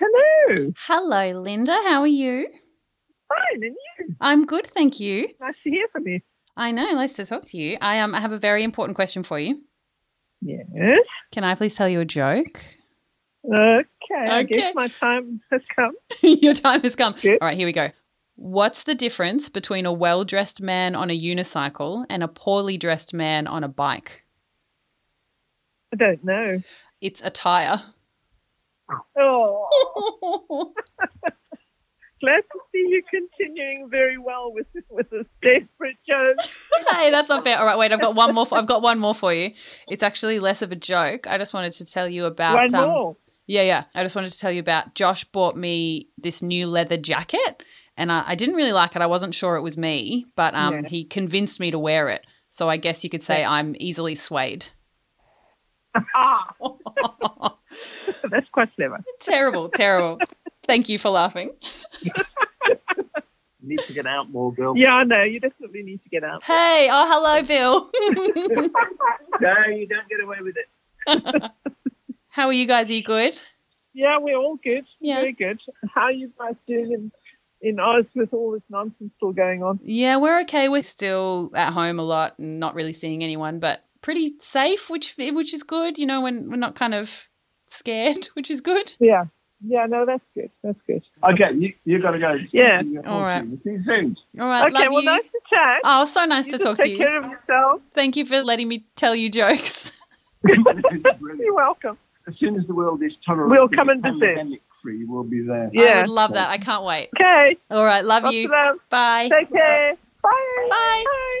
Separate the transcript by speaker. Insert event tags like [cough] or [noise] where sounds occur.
Speaker 1: you?
Speaker 2: Hello, Linda. How are you?
Speaker 1: Fine, and you?
Speaker 2: I'm good, thank you.
Speaker 1: Nice to hear from you.
Speaker 2: I know. Nice to talk to you. I um, I have a very important question for you.
Speaker 1: Yes.
Speaker 2: Can I please tell you a joke? [laughs]
Speaker 1: Okay, I
Speaker 2: Okay.
Speaker 1: guess my time has come.
Speaker 2: Your time has come.
Speaker 1: Good.
Speaker 2: All right, here we go. What's the difference between a well dressed man on a unicycle and a poorly dressed man on a bike?
Speaker 1: I don't know.
Speaker 2: It's attire.
Speaker 1: Oh, glad to see you continuing very well with with this desperate joke.
Speaker 2: [laughs] hey, that's not fair. All right, wait. I've got one more. For, I've got one more for you. It's actually less of a joke. I just wanted to tell you about. um,
Speaker 1: One more.
Speaker 2: Yeah, yeah. I just wanted to tell you about. Josh bought me this new leather jacket, and I, I didn't really like it. I wasn't sure it was me, but um,
Speaker 1: Yeah.
Speaker 2: he convinced me to wear it. So I guess you could say I'm easily swayed.
Speaker 1: Ah,
Speaker 2: [laughs]
Speaker 1: that's quite clever.
Speaker 2: terrible, terrible. Thank you for laughing.
Speaker 3: You need to get out more, girl.
Speaker 1: Yeah, I know. You definitely need to get
Speaker 2: [laughs]
Speaker 1: out.
Speaker 2: Hey, oh hello, Bill. [laughs]
Speaker 3: No, you don't get away with it.
Speaker 2: How are you guys? Are you good?
Speaker 1: Yeah, we're all good.
Speaker 2: Yeah.
Speaker 1: Very good. How are you guys doing in, in Oz with all this nonsense still going on?
Speaker 2: Yeah, we're okay. We're still at home a lot and not really seeing anyone, but pretty safe, which which is good. You know, when we're not kind of scared, [laughs] which is good.
Speaker 1: Yeah. Yeah, no, that's good. That's good.
Speaker 3: Okay, you, you got to go.
Speaker 1: Yeah.
Speaker 2: All right.
Speaker 3: See you soon. [laughs]
Speaker 2: All right,
Speaker 1: okay,
Speaker 2: love
Speaker 1: well,
Speaker 2: you.
Speaker 1: nice to chat.
Speaker 2: Oh, so nice
Speaker 1: you
Speaker 2: to
Speaker 1: just
Speaker 2: talk
Speaker 1: take
Speaker 2: to you.
Speaker 1: care of yourself.
Speaker 2: Thank you for letting me tell you jokes. [laughs]
Speaker 1: You're welcome.
Speaker 3: as soon as the world is tolerant,
Speaker 1: We'll come and visit.
Speaker 3: pandemic free. We'll be there.
Speaker 2: I
Speaker 1: Yeah.
Speaker 2: would love that. I can't wait.
Speaker 1: Okay.
Speaker 2: All right, love
Speaker 1: Lots
Speaker 2: you.
Speaker 1: of love.
Speaker 2: Bye.
Speaker 1: Take care. Bye.
Speaker 2: Bye.
Speaker 1: Bye.